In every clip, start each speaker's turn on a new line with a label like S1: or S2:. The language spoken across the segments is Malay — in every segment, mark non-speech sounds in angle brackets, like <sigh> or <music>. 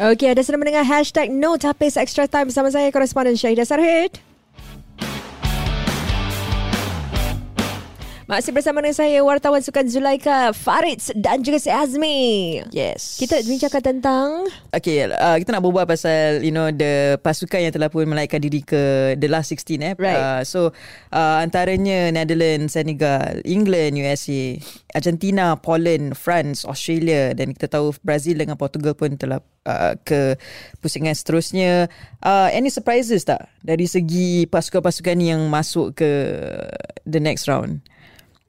S1: Okey, ada sedang mendengar hashtag No Tapis Extra Time bersama saya, koresponden Syahidah Sarhid. Masih bersama dengan saya, wartawan Sukan Zulaika, Farid dan juga si Azmi.
S2: Yes.
S1: Kita bincangkan tentang...
S2: Okay, uh, kita nak berbual pasal you know the pasukan yang telah pun melaikan diri ke the last 16 eh.
S1: Right.
S2: Uh, so uh, antaranya Netherlands, Senegal, England, USA, Argentina, Poland, France, Australia dan kita tahu Brazil dengan Portugal pun telah uh, ke pusingan seterusnya. Uh, any surprises tak dari segi pasukan-pasukan yang masuk ke the next round?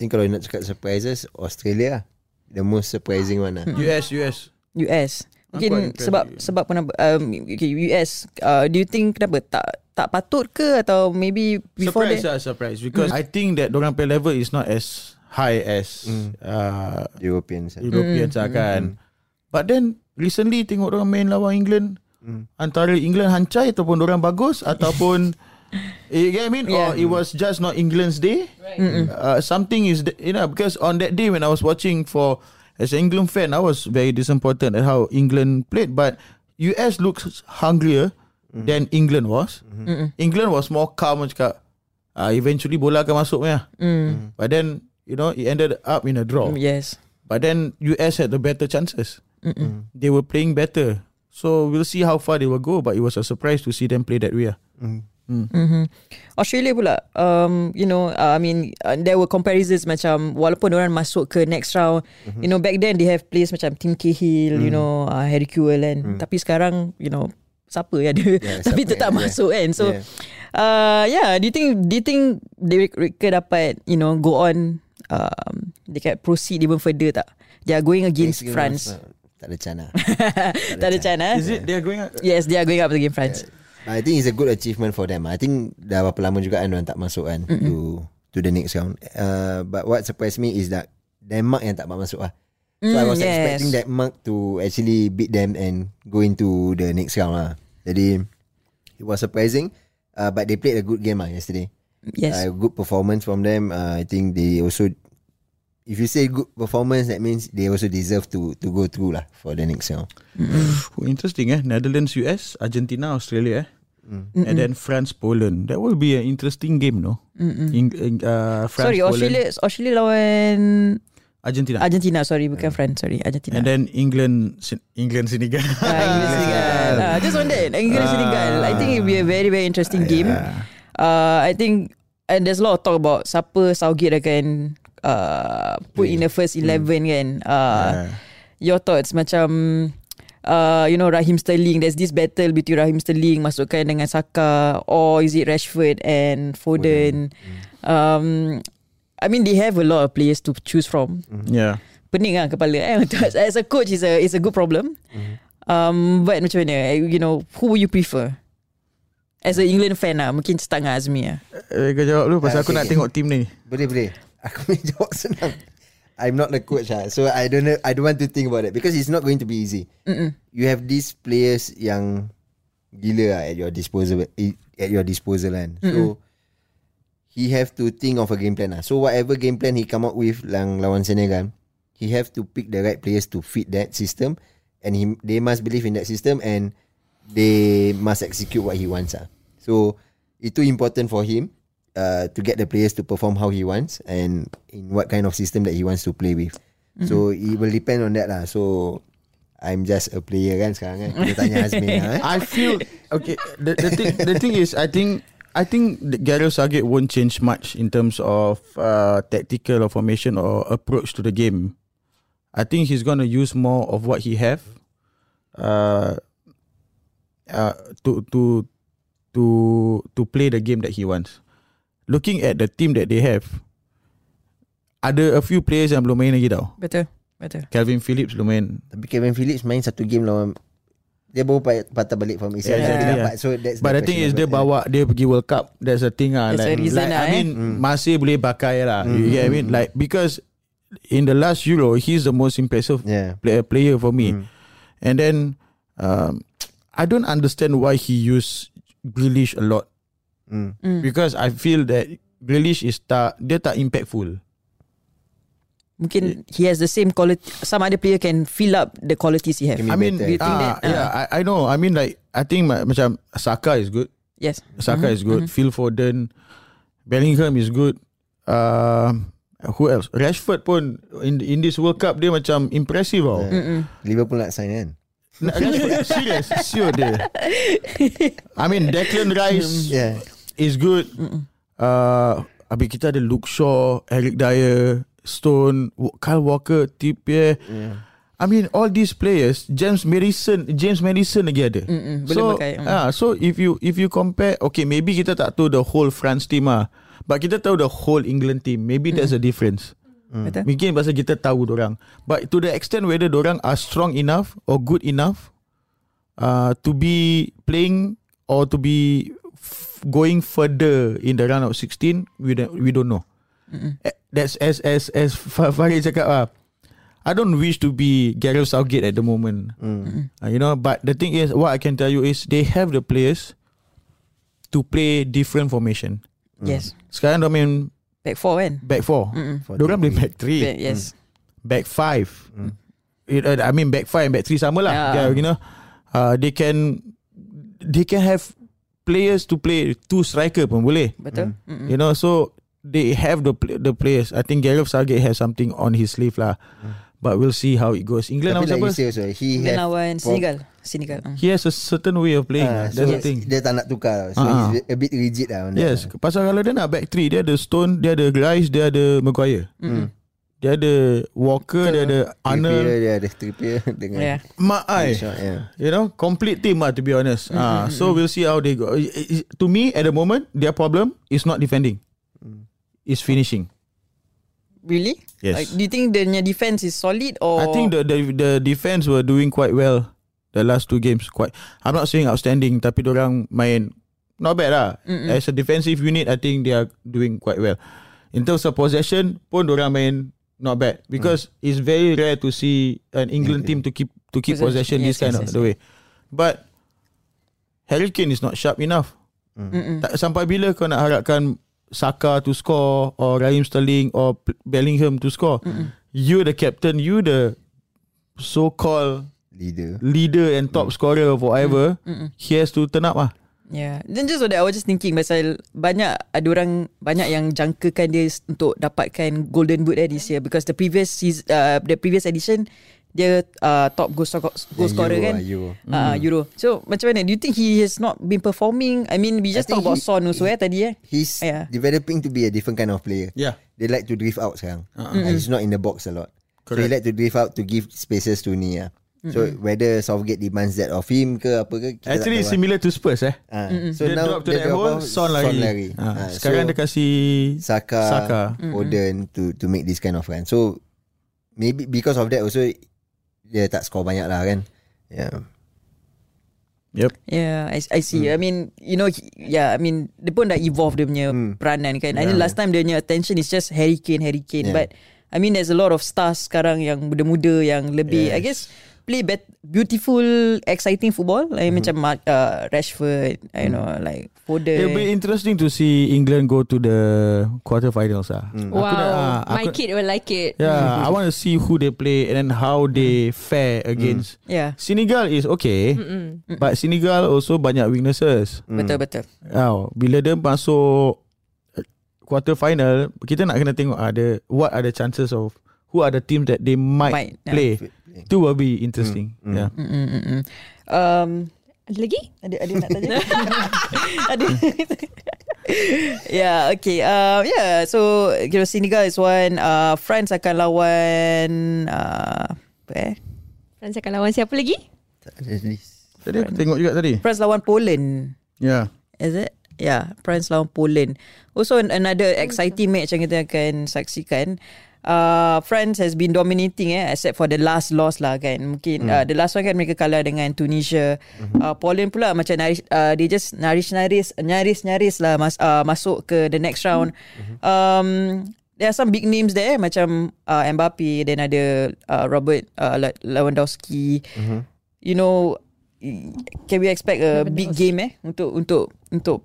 S3: think kalau nak cakap surprises Australia lah. The most surprising one lah
S2: Mm.
S4: US US
S2: US. Mungkin
S4: Nampak dia
S2: sebab
S4: trend.
S2: sebab kenapa um, okay, US uh, do you think kenapa tak tak patut ke atau maybe before
S4: surprise
S2: that Mm.
S4: lah surprise because I think that orang pay level is not as high as uh,
S3: Europeans lah.
S4: Europeans lah kan but then recently tengok orang main lawan England antara England hancai ataupun orang bagus <laughs> ataupun eh, You get what I mean? Or
S2: Yeah.
S4: it was just not England's day. Uh, something is, th- you know, because on that day when I was watching for as an England fan, I was very disappointed at how England played. But US looks hungrier than England was. England was more calm. Macam cakap, uh, eventually bola akan masuk punya. But then, you know, it ended up Mm. in a draw.
S2: yes
S4: But then US had the better chances. Mm-mm. They were playing better. So we'll see how far they will go. But it was a surprise to see them play that way. ah.
S2: Australia pula um, you know uh, I mean uh, there were comparisons macam walaupun orang masuk ke next round you know back then they have players macam Tim Cahill you know uh, Harry Kewell kan tapi sekarang you know siapa yang ada yeah, <laughs> tapi
S3: siapa
S2: tetap
S3: yang-
S2: masuk kan so
S3: Yeah.
S2: uh, yeah do you think do you think they- mereka dapat you know go on um, they can proceed even further tak they are going against
S3: Mexico
S2: France <laughs>
S3: was, uh, Tak ada cana
S2: tak ada chance eh?
S4: it they're going?
S2: yes they are going up against France
S3: I think it's a good achievement for them I think dah berapa lama juga kan Diorang tak masuk kan To to the next round uh, But what surprised me is that Denmark yang tak dapat masuk lah So I
S2: Mm,
S3: was
S2: yes.
S3: expecting Denmark to actually beat them And go into the next round lah Jadi It was surprising uh, But they played a good game lah yesterday
S2: yes
S3: uh, good performance from them. Uh, I think they also, if you say good performance, that means they also deserve to to go through lah for the next round.
S4: Oh, interesting eh. Netherlands, US, Argentina, Australia eh. And then France, Poland. That will be an interesting game, no? In, in, uh, France,
S2: sorry
S4: Poland,
S2: Australia Australia lawan
S4: Argentina.
S2: Argentina sorry bukan France sorry Argentina
S4: and then England, Sen- England, Senegal.
S2: Ah, England Senegal. Ah, just on that, England Senegal. I think it'll be a very very interesting game. Uh, I think and there's a lot of talk about siapa Southgate akan uh, put in the first 11 kan. Uh, Your thoughts macam uh, you know Raheem Sterling there's this battle between Raheem Sterling masukkan dengan Saka or is it Rashford and Foden. Um, I mean they have a lot of players to choose from
S4: <laughs> yeah.
S2: pening lah kepala eh <laughs> untuk as a coach is a is a good problem um but macam mana you know who would you prefer as a England fan lah mungkin start dengan Azmi lah
S4: Eh, kau jawab dulu pasal
S3: Ah,
S4: aku
S3: okay,
S4: nak
S3: okay.
S4: tengok team ni.
S3: Boleh boleh. Aku punya jawab senang. I'm not the coach lah. So I don't know, I don't want to think about it because it's not going to be easy. Mm-mm. You have these players yang gila lah at your disposal at your disposal kan. So he have to think of a game plan lah. So whatever game plan he come up with lang lawan Senegal, he have to pick the right players to fit that system and he they must believe in that system and they must execute what he wants ah. So itu important for him uh, to get the players to perform how he wants and in what kind of system that he wants to play with. So it will depend on that lah. So I'm just a player kan sekarang kan. Kita tanya Azmi lah.
S4: <laughs>
S3: Eh?
S4: I feel okay. The, the thing the thing is, I think I think the Gareth Southgate won't change much in terms of uh, tactical or formation or approach to the game. I think he's gonna use more of what he have, uh, uh, to to to to play the game that he wants. Looking at the team that they have, ada a few players yang belum main lagi tau.
S2: betul betul
S4: Calvin Phillips belum main.
S3: Tapi Kevin Phillips main satu game lawan dia baru pat- patah balik from Israel.
S4: Yeah,
S3: Dia
S4: yeah.
S3: dapat. So that's
S4: But the thing is dia bawa dia pergi World Cup. That's the thing ah.
S2: That's the
S4: Like,
S2: reason
S4: like
S2: lah,
S4: I
S2: eh. Hmm.
S4: mean masih boleh pakai lah. You get what I mean? Like because in the last Euro, he's the most impressive
S3: Yeah.
S4: player player for me.
S2: Hmm.
S4: And then um, I don't understand why he used Grealish a lot
S3: Mm.
S2: Hmm.
S4: because I feel that Grealish is tak dia tak impactful.
S2: Mungkin he has the same quality. Some other player can fill up the qualities he have.
S3: Can be
S4: I mean,
S2: think
S3: better.
S4: ah,
S2: that-
S4: yeah, I, I know. I mean, like, I think ma- macam Saka is good.
S2: Yes.
S4: Saka is good. Phil Foden, Bellingham is good. Um, who else? Rashford pun in in this World Cup dia macam impressive tau.
S2: mm,
S3: Liverpool nak sign kan
S4: Nah, Rashford serious, sure dia. I mean Declan
S2: Mm.
S4: Rice
S3: Yeah
S4: is good. Uh, habis kita ada Luke Shaw, Eric Dyer, Stone, Wa- Kyle Walker, Trippier. I mean all these players, James Madison, James Madison lagi ada.
S2: Mm-mm, boleh
S4: so,
S2: pakai, mm.
S4: ah, so if you if you compare, okay, maybe kita tak tahu the whole France team ah, but kita tahu the whole England team.
S2: Mm.
S4: Maybe that's a difference.
S2: Betul?
S4: Mungkin pasal kita tahu orang. But to the extent whether orang are strong enough or good enough uh, to be playing or to be f- going further in the round of 16, we don't, we don't know. Eh, That's as as as Fa- Farid cakap lah. I don't wish to be Gareth Southgate at the moment.
S3: mm.
S2: Mm.
S4: Uh, you know, but the thing is, what I can tell you is they have the players to play different formation.
S2: Yes.
S4: Sekarang dia main
S2: Back four kan?
S4: back four.
S2: Mm-mm.
S3: For
S4: Diorang boleh back three
S2: Back, yes.
S4: back five. It, uh, I mean back five and back three sama lah.
S2: Yeah.
S4: Yeah. you know, uh, they can they can have players to play two striker pun boleh.
S2: Betul? Mm.
S4: You know, so they have the pl- the players. I think Gareth Southgate has something on his sleeve lah. But we'll see how it goes. England
S3: Tapi
S4: lawan
S3: like
S4: siapa?
S3: you say also He
S2: Then
S3: have
S2: lawan
S3: for-
S2: Senegal. Senegal. Mm.
S4: He has a certain way of playing.
S3: Ah,
S4: lah. That's
S3: so
S4: the thing.
S3: Dia tak nak tukar So
S4: Ah.
S3: he's a bit rigid lah on that
S4: Yes, pasal kalau dia nak back three, dia ada Stone, dia ada Rice, dia ada Maguire.
S3: Mm.
S4: Dia ada Walker, dia ada
S3: Trippier
S4: Arnold.
S3: dia ada Trippier <laughs> Dengan
S2: Yeah.
S4: Mak ai.
S3: Shaw, yeah.
S4: You know, complete team lah, to be honest. Ah, so we'll see how they go. I- I- To me, at the moment, their problem is not defending. It's finishing.
S2: Really?
S4: Yes.
S2: Like, do you think the defense is solid or
S4: I think the, the the defense were doing quite well the last two games. Quite, I'm not saying outstanding, tapi orang main not bad lah. As a defensive unit, I think they are doing quite well. In terms of possession, pun orang main not bad because
S2: Mm.
S4: it's very rare to see an England team to keep to keep
S2: Possession,
S4: possession, this
S2: yes,
S4: kind
S2: yes,
S4: of
S2: yes,
S4: the way. But Harry Kane is not sharp enough.
S2: Mm.
S4: Tak, sampai bila kau nak harapkan Saka to score or Raheem Sterling or P- Bellingham to score? You the captain, you the so-called
S3: Leader
S4: leader and
S2: Mm.
S4: top scorer of whatever. He has to turn up ah.
S2: Yeah. Then just what I was just thinking pasal banyak ada orang banyak yang jangkakan dia s- untuk dapatkan Golden Boot eh this year because the previous season, uh, the previous edition dia uh, top goal, sco- goal
S3: Yang
S2: scorer
S3: Euro
S2: kan.
S3: lah, Euro.
S2: Uh, Euro. So macam mana? Do you think he has not been performing? I mean we just
S3: I
S2: talk
S3: think
S2: about
S3: he-
S2: Son also eh tadi eh.
S3: He's
S2: Yeah.
S3: developing to be a different kind of player
S4: Yeah. Uh-huh.
S3: They like to drift out sekarang And He's not in the box a lot So he
S4: Correct.
S3: like to drift out To give spaces to Nia So whether Southgate demands that of him ke apa ke kita tak
S4: Actually
S3: tahu lah.
S4: similar to Spurs eh.
S3: Ah, So
S4: So dia
S3: now
S4: drop to
S3: dia
S4: that
S3: drop
S4: hole,
S3: out,
S4: Son lari.
S3: Ah,
S4: Ah,
S3: so-
S4: sekarang dia kasih
S3: Saka,
S4: Saka.
S3: Foden to to make this kind of run. So maybe because of that also dia tak score banyak lah kan. Yeah.
S4: Yep.
S2: Yeah, Ya, I, I see. I mean, you know, he- yeah, I mean, dia pun dah evolve dia punya peranan kan. I think last time dia punya attention is just Harry Kane, Harry Kane.
S3: Yeah.
S2: But I mean, there's a lot of stars sekarang yang muda-muda yang lebih, I
S4: Yes.
S2: guess, play bet- beautiful, exciting football. Like macam Mark, uh, Rashford, I know, like
S4: It'll be
S2: Foden.
S3: Eh.
S4: interesting to see England go to the quarterfinals ah.
S3: Hmm.
S1: Wow,
S4: Aku nak, ah,
S1: my
S4: aku-
S1: kid will like it.
S4: Yeah, I want to see who they play and then how they fare against.
S2: Yeah,
S4: Senegal is okay,
S1: Mm-mm.
S4: but Senegal also banyak weaknesses.
S2: betul-betul.
S4: Now, bila dia masuk uh, quarter final, kita nak kena tengok ada what are the chances of who are the teams that they might,
S2: Might, yeah.
S4: play. Itu will be interesting.
S3: Hmm,
S4: Yeah.
S2: Mm-mm-mm. Um,
S1: Ada lagi?
S2: Ada ada nak tanya? <laughs> ada. <laughs> yeah, okay. Uh, yeah, so you know, Senegal is one. Uh, France akan lawan uh, apa eh?
S1: France akan lawan siapa lagi?
S3: Tak ada list.
S4: Tadi aku tengok juga tadi. Ya,
S2: France lawan Poland.
S4: Yeah.
S2: Is it? Yeah, France lawan Poland. Also an- another exciting match yang kita akan saksikan. Uh, France has been dominating eh, except for the last loss lah kan. Mungkin uh, the last one kan mereka kalah dengan Tunisia. Uh, Poland pula macam naris, uh, they just naris-naris, nyaris-nyaris lah mas, uh, masuk ke the next round. Um, there are some big names there macam uh, Mbappe, then ada uh, Robert uh, Le- Lewandowski. You know, can we expect a big game eh untuk untuk untuk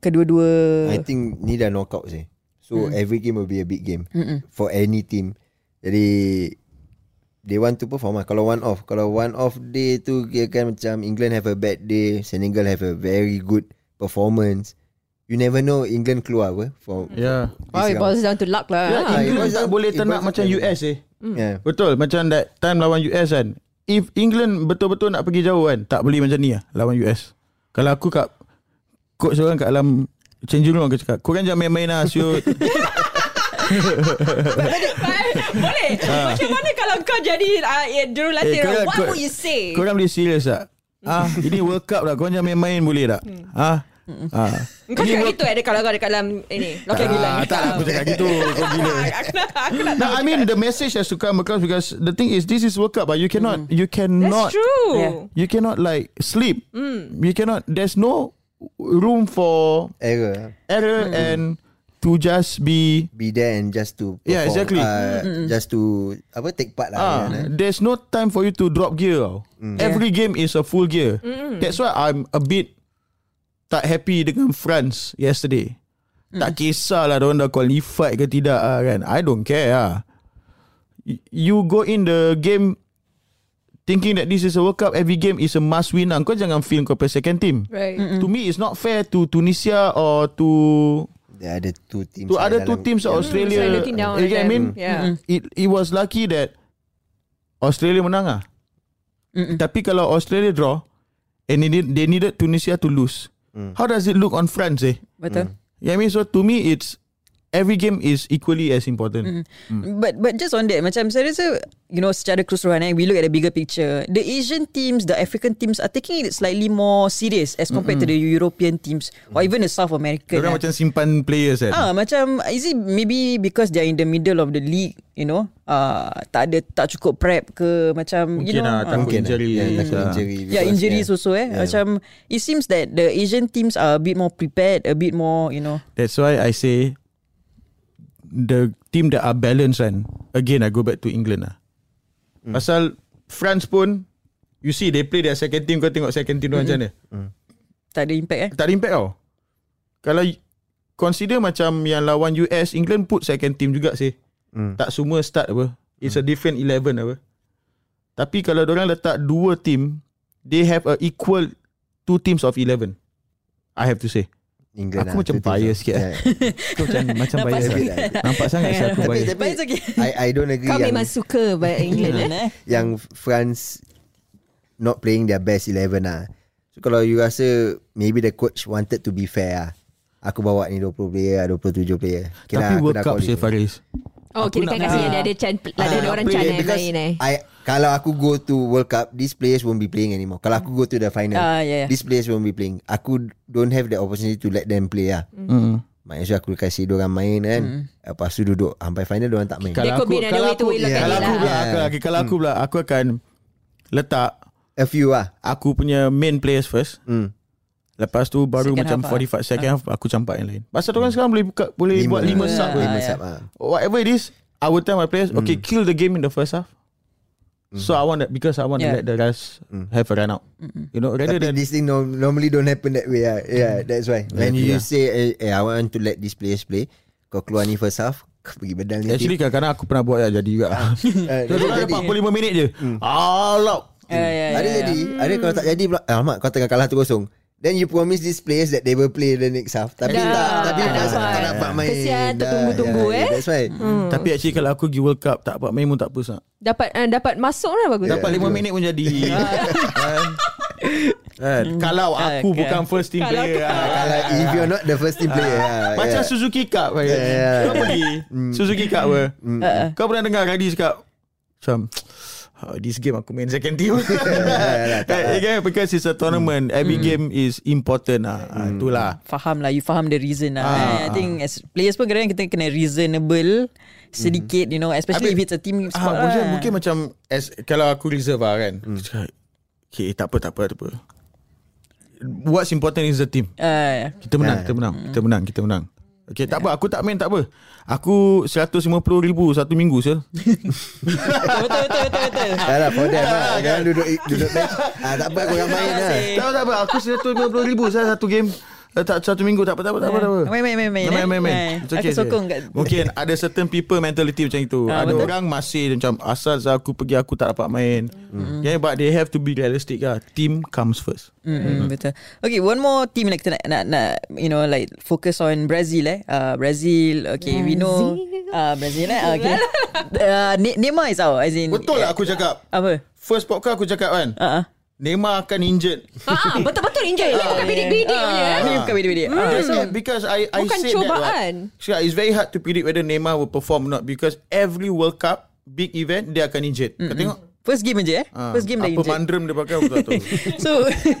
S2: kedua-dua
S3: I think ni dah knockout sih. So every game will be a big game for any team. Jadi They want to perform lah Kalau one off Kalau one off day tu Dia kan macam England have a bad day Senegal have a very good Performance You never know England keluar apa From
S4: Yeah.
S1: Wow, it boils down to luck lah.
S2: Ya,
S4: Yeah,
S3: Ah, it
S4: England
S3: was
S4: tak
S3: a-
S4: boleh
S3: it
S4: ternak
S3: was a-
S2: kan.
S4: macam US eh.
S3: yeah.
S4: Betul macam that time lawan US kan. If England betul-betul nak pergi jauh kan, tak boleh macam ni lah lawan US. Kalau aku kat coach orang kat dalam changing room aku cakap, korang jangan main-main lah siut.
S2: <laughs> Boleh Macam mana kalau kau jadi uh, Juru
S4: Ah. Eh,
S2: latihan
S4: korang-
S2: What
S4: korang-
S2: would you say
S4: Korang boleh serius tak? Ah, ini World Cup lah. Korang jangan main-main boleh tak?
S2: Hmm.
S4: Ah. Ah.
S2: Kau
S4: Ini
S2: cakap
S4: World-
S2: gitu eh, ada Kalau kau dekat dalam Ini Loket
S4: Ah,
S2: bilang
S4: tak lah, aku cakap gitu.
S2: <laughs>
S4: Kau gila.
S2: Aku nak Aku nak
S4: No, I mean the message has to come across because the thing is this is World Cup, but you cannot, you
S2: Mm. That's
S4: cannot,
S2: true Mm.
S1: Yeah.
S4: you cannot like sleep. You cannot. There's no room for
S3: Error
S4: error
S2: Mm.
S4: and to just be.
S3: Be there and just to perform,
S4: Yeah, exactly.
S3: uh, Just to Apa Take part lah
S4: Ah,
S3: kan, eh.
S4: there's no time for you to drop gear. tau. Every game is a full gear. That's why I'm a bit tak happy dengan France yesterday. Tak kisahlah diorang dah qualified ke tidak ah, kan. I don't care lah. Y- You go in the game thinking that this is a World Cup, every game is a must win. lah. Kau jangan feel kau play second team.
S1: Right.
S4: To me, it's not fair to Tunisia or to
S3: There are the two teams
S4: to
S3: yang
S4: other two
S3: dalam-
S4: teams
S3: yang-
S4: of Australia.
S1: Australia team down
S4: Eh, you get what I
S1: them.
S4: mean?
S1: Yeah.
S4: It it was lucky that Australia menang ah. Tapi kalau Australia draw and they, need, they needed Tunisia to lose. How does it look on France eh?
S2: Betul
S4: Yeah, I mean so to me it's every game is equally as important. Hmm.
S2: But but just on that Macam saya rasa You know secara keseluruhan eh, We look at the bigger picture The Asian teams The African teams Are taking it slightly more serious As compared to the European teams Or even the South American
S4: Hmm.
S2: eh.
S4: Orang macam simpan players kan.
S2: Ah macam is it maybe because they are in the middle of the league, you know? Ah tak ada tak cukup prep ke macam you
S4: Mungkin
S2: know.
S4: lah,
S2: ah.
S4: takut
S3: Mungkin lah.
S4: injury.
S3: yeah, takut
S4: Ah.
S3: injury
S2: yeah,
S3: because,
S2: injuries also eh.
S3: Yeah.
S2: Macam it seems that the Asian teams are a bit more prepared, a bit more, you know.
S4: That's why I say the team that are balanced kan. Again, I go back to England lah. Pasal France pun, you see they play their second team, kau tengok second team mm macam mana.
S2: Tak ada impact eh.
S4: Tak ada impact tau. Kalau y- consider macam yang lawan US, England put second team juga sih.
S3: Mm.
S4: Tak semua start apa. It's a different 11 apa. Tapi kalau orang letak dua team, they have a equal two teams of 11. I have to say.
S3: England
S4: Aku macam
S3: two teams
S4: bias
S3: lah.
S4: sikit, eh.
S3: Yeah.
S4: Aku macam macam
S2: Nampak
S4: bias.
S3: sangat.
S4: lah. Nampak sangat saya aku
S3: Tapi,
S4: bias.
S3: tapi
S2: But it's okay.
S3: I, I don't agree
S1: Kau
S3: yang,
S1: memang suka bahasa England eh.
S2: eh.
S3: yang France not playing their best 11 lah. So kalau you rasa maybe the coach wanted to be fair lah. Aku bawa ni 20 player lah, 27 player. lah,
S4: Tapi
S3: aku
S4: World
S3: dah
S4: Cup
S3: qualify.
S4: Syed Faris.
S1: Oh,
S4: Aku
S1: kira kan
S4: nak
S1: kasi
S4: play.
S1: ada ada chan Lah, ada
S3: nak
S1: ada orang
S4: play
S1: channel
S3: Ah, Because
S1: lain eh.
S3: I, kalau aku go to World Cup, these players won't be playing anymore. Kalau aku go to the final,
S1: ya,
S2: Ah, yeah, yeah.
S3: these players won't be playing. Aku don't have the opportunity to let them play lah.
S1: Mm-hmm.
S4: Mm.
S3: Maksudnya aku kasih orang main kan. Lepas tu duduk sampai final orang tak main.
S1: There could be another way to look
S3: at it
S4: kalau aku
S3: lah.
S4: pula, aku lagi kalau aku pula aku akan letak
S3: A few lah.
S4: aku punya main players first.
S3: Hmm.
S4: Lepas tu baru
S2: Second
S4: macam
S2: half ah.
S4: 45 second half aku campak yang lain. Pasal orang sekarang boleh buka, boleh buat 5
S3: lah.
S4: sub. Hmm.
S3: Lima
S2: Ah,
S3: sub ah.
S4: Whatever it is, I will tell my players, okay, kill the game in the first half. So I want that because I want
S2: Yeah.
S4: to let the rest have a run out. You know, rather
S3: Tapi
S4: than
S3: this thing no, normally don't happen that way lah. Yeah, that's why. When
S4: Exactly
S3: you
S4: lah.
S3: say, eh, eh, I want to let these players play. Kau keluar ni first half, kau pergi bedal ni.
S4: Actually kadang-kadang aku pernah buat ya, <laughs> jadi Hmm. juga
S3: Ah,
S4: Terus
S3: dia
S4: orang
S3: jadi.
S4: 45 minit je Alap
S2: Ya, ya,
S3: ada
S2: ya, ya.
S3: jadi. Ada kalau tak jadi pula, alamak kau tengah kalah tu kosong. Then you promise these players that they will play the next half. Tapi
S1: Dah,
S3: tak, tapi
S1: tak
S3: tak,
S1: dapat.
S3: tak dapat main.
S1: Kesian,
S3: Dah,
S1: tertunggu-tunggu,
S3: yeah,
S1: eh.
S3: That's why.
S4: Tapi actually kalau aku pergi World Cup Tak dapat main pun tak apa sah.
S1: Dapat uh, dapat masuk lah bagus.
S4: Dapat lima minit pun
S2: <laughs>
S4: jadi Kan? Kan? Kalau
S2: Ah,
S4: aku
S2: kan.
S4: bukan first team
S2: Kalau
S4: player
S3: Ah,
S4: ah.
S3: Kalau if you're not the first team player. ah,
S4: Macam
S3: yeah.
S4: Suzuki Cup kan?
S3: Yeah, yeah.
S4: Kau pergi Suzuki Cup apa Kau pernah dengar Radis cakap Mm. Macam "Ah, This game aku main second <laughs> team Again, Because it's a tournament Every game is important lah Ah, Itulah
S2: Faham lah You faham the reason lah
S4: Ah,
S2: eh. I
S4: ah.
S2: think as players pun kadang kita kena reasonable Sedikit you know Especially
S4: Hmm. Habis-
S2: if it's a team sport
S4: Ah,
S2: lah
S4: mungkin, mungkin macam as, Kalau aku reserve lah kan aku cakap, Okay tak apa tak apa tak apa What's important is the team
S2: Ah,
S4: Kita menang, kita menang, kita menang, kita menang. Okay, tak apa. Aku tak main, tak apa. Aku 150 ribu satu minggu, sel.
S2: Betul betul betul betul, betul.
S4: <laughs>
S3: Dah lah, for them lah. Jangan duduk, duduk bench. Ah, tak apa, Ah, korang main lah.
S4: tak apa, tak apa. Aku 150 ribu sel satu game. Eh, tak satu minggu tak apa tak apa tak apa. tak apa.
S2: Main, main, main, main,
S4: Main
S2: eh?
S4: main main.
S2: Main.
S4: It's okay,
S2: Aku sokong
S4: okay.
S2: kat-
S4: Mungkin ada certain people mentality macam itu.
S2: Ah,
S4: ada
S2: betul.
S4: orang masih macam asal saya aku pergi aku tak dapat main. Yeah, but they have to be realistic lah. Team comes first.
S2: Mm-hmm. Betul. Okay, one more team like nak, nak, nak you know like focus on Brazil eh. Uh, Brazil. Okay, we know uh, Brazil eh. Okay. uh, Ne- Neymar is out as in
S4: Betul lah aku cakap.
S2: Apa?
S4: First podcast aku cakap kan.
S2: Uh-uh.
S4: Neymar akan injured.
S5: Ah, betul-betul injured. Ini bukan
S2: Ah,
S5: bidik-bidik punya. eh.
S2: Ini bukan bidik-bidik. Ah,
S4: Just
S2: so,
S4: that because I I
S5: Bukan
S4: said
S5: cubaan.
S4: that right. Syah, it's very hard to predict whether Neymar will perform or not because every World Cup big event dia akan injured. Mm-hmm. Kau tengok
S2: First game je eh.
S4: ah,
S2: First game dah
S4: apa
S2: injured.
S4: mandrem dia pakai aku tak tahu.
S2: <laughs> So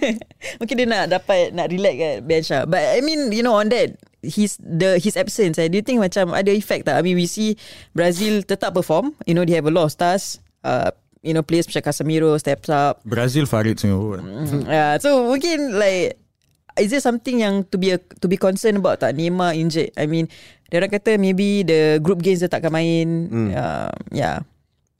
S2: <laughs> Mungkin dia nak dapat Nak relax kat bench lah But I mean You know on that His the his absence eh, Do you think macam Ada effect tak I mean we see Brazil tetap perform You know they have a lot of stars uh, You know players macam Casemiro Steps up
S4: Brazil Farid Singapura.
S2: uh, So mungkin like Is there something yang to be a, to be concerned about tak Neymar injured I mean Diorang kata maybe the group games dia takkan main mm. uh, Yeah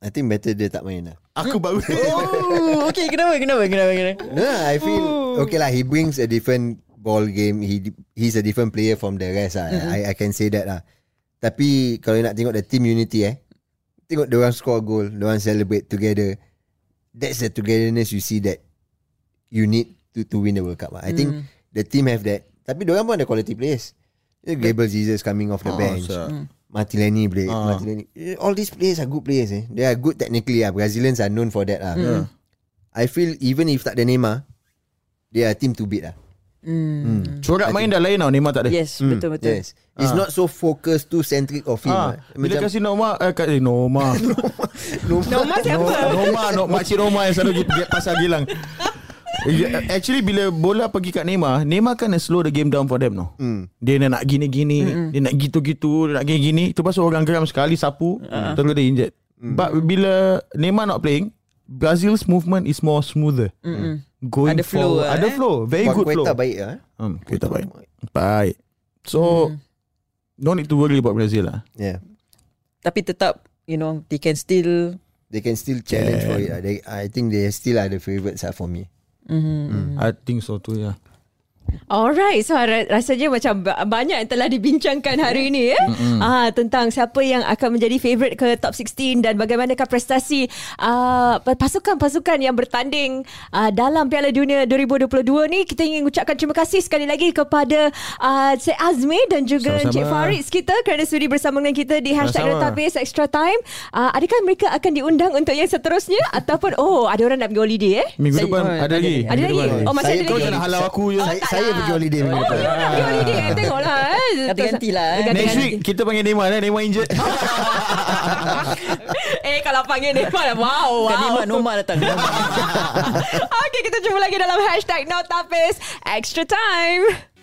S3: I think better dia tak main lah
S4: Aku <laughs> baru
S2: Oh okay kenapa kenapa kenapa kenapa
S3: No, I feel okay lah. He brings a different ball game. He he's a different player from the rest lah. I I can say that lah. Tapi kalau nak tengok the team unity eh, tengok dia orang score goal, dia orang celebrate together. That's the togetherness you see that you need to to win the World Cup. Lah. I think the team have that. Tapi dia orang pun ada quality players. Gabriel Jesus coming off the
S4: Ah,
S3: bench.
S4: sure.
S3: Martinelli play,
S4: Ah.
S3: Martinelli. Eh, All these players are good players eh. They are good technically ah. Brazilians are known for that ah. I feel even if tak ada Neymar, they are a team to beat lah.
S4: Corak main dah lain tau Neymar tak ada.
S2: Yes betul betul
S3: Yes. It's not so focused too centric of him. Ah,
S4: Ah, bila
S3: Macam
S4: kasi Noma eh, kasi Noma.
S5: Normal siapa?
S4: Noma, no, makcik Noma yang selalu gi- gi- pasal gilang. Yeah, Actually bila bola pergi kat Neymar Neymar kan slow the game down for them no
S3: Hmm.
S4: mm. Dia nak gini-gini
S2: Hmm,
S4: mm Dia nak gitu-gitu Dia nak gini-gini Itu pasal orang geram sekali Sapu uh-huh.
S2: Hmm.
S4: Terus dia injet mm. But bila Neymar not playing Brazil's movement is more smoother mm. Going
S2: Hmm, Ada flow
S4: forward
S2: lah,
S4: Ada
S2: eh.
S4: flow Very good flow
S3: Kueta baik lah. eh.
S4: Hmm, kita baik. Baik. So hmm. no need to worry about Brazil lah.
S3: Yeah.
S2: Tapi tetap You know They can still
S3: They can still challenge for it. lah. They, I think they still are the favourites lah for me.
S4: Hmm. I think so too yeah.
S5: Alright, so ra- rasanya macam ba- banyak yang telah dibincangkan hari ini ya. Ah tentang siapa yang akan menjadi favorite ke top 16 dan bagaimanakah prestasi ah, pasukan-pasukan yang bertanding ah, dalam Piala Dunia 2022 ni. Kita ingin ucapkan terima kasih sekali lagi kepada ah, Cik Azmi dan juga
S4: Sama-sama.
S5: Cik Farid kita kerana sudi bersama dengan kita di hashtag
S4: Sama-sama.
S5: Retabase Extra Time. Ah adakah mereka akan diundang untuk yang seterusnya <laughs> ataupun oh ada orang nak pergi holiday
S4: <laughs>
S5: eh?
S4: Minggu
S2: Saya-
S4: depan
S2: oh,
S4: ada
S2: ada
S4: lagi.
S5: Ada
S4: Minggu
S5: lagi?
S4: depan.
S5: Oh, masih
S3: Saya-
S5: ada
S4: Kau
S5: lagi?
S4: jangan halau aku je.
S3: Saya, saya pergi holiday
S5: Oh,
S3: minggu
S5: you
S3: depan.
S5: nak pergi holiday eh. Tengoklah eh.
S2: Ganti-gantilah, eh.
S5: Ganti-ganti.
S4: Next week kita panggil Neymar eh. Neymar injet.
S5: <laughs> eh kalau panggil Neymar <laughs> lah. Wow. wow.
S2: Bukan Kan Neymar Noma datang
S5: <laughs> okay kita jumpa lagi dalam hashtag Notapis Extra Time.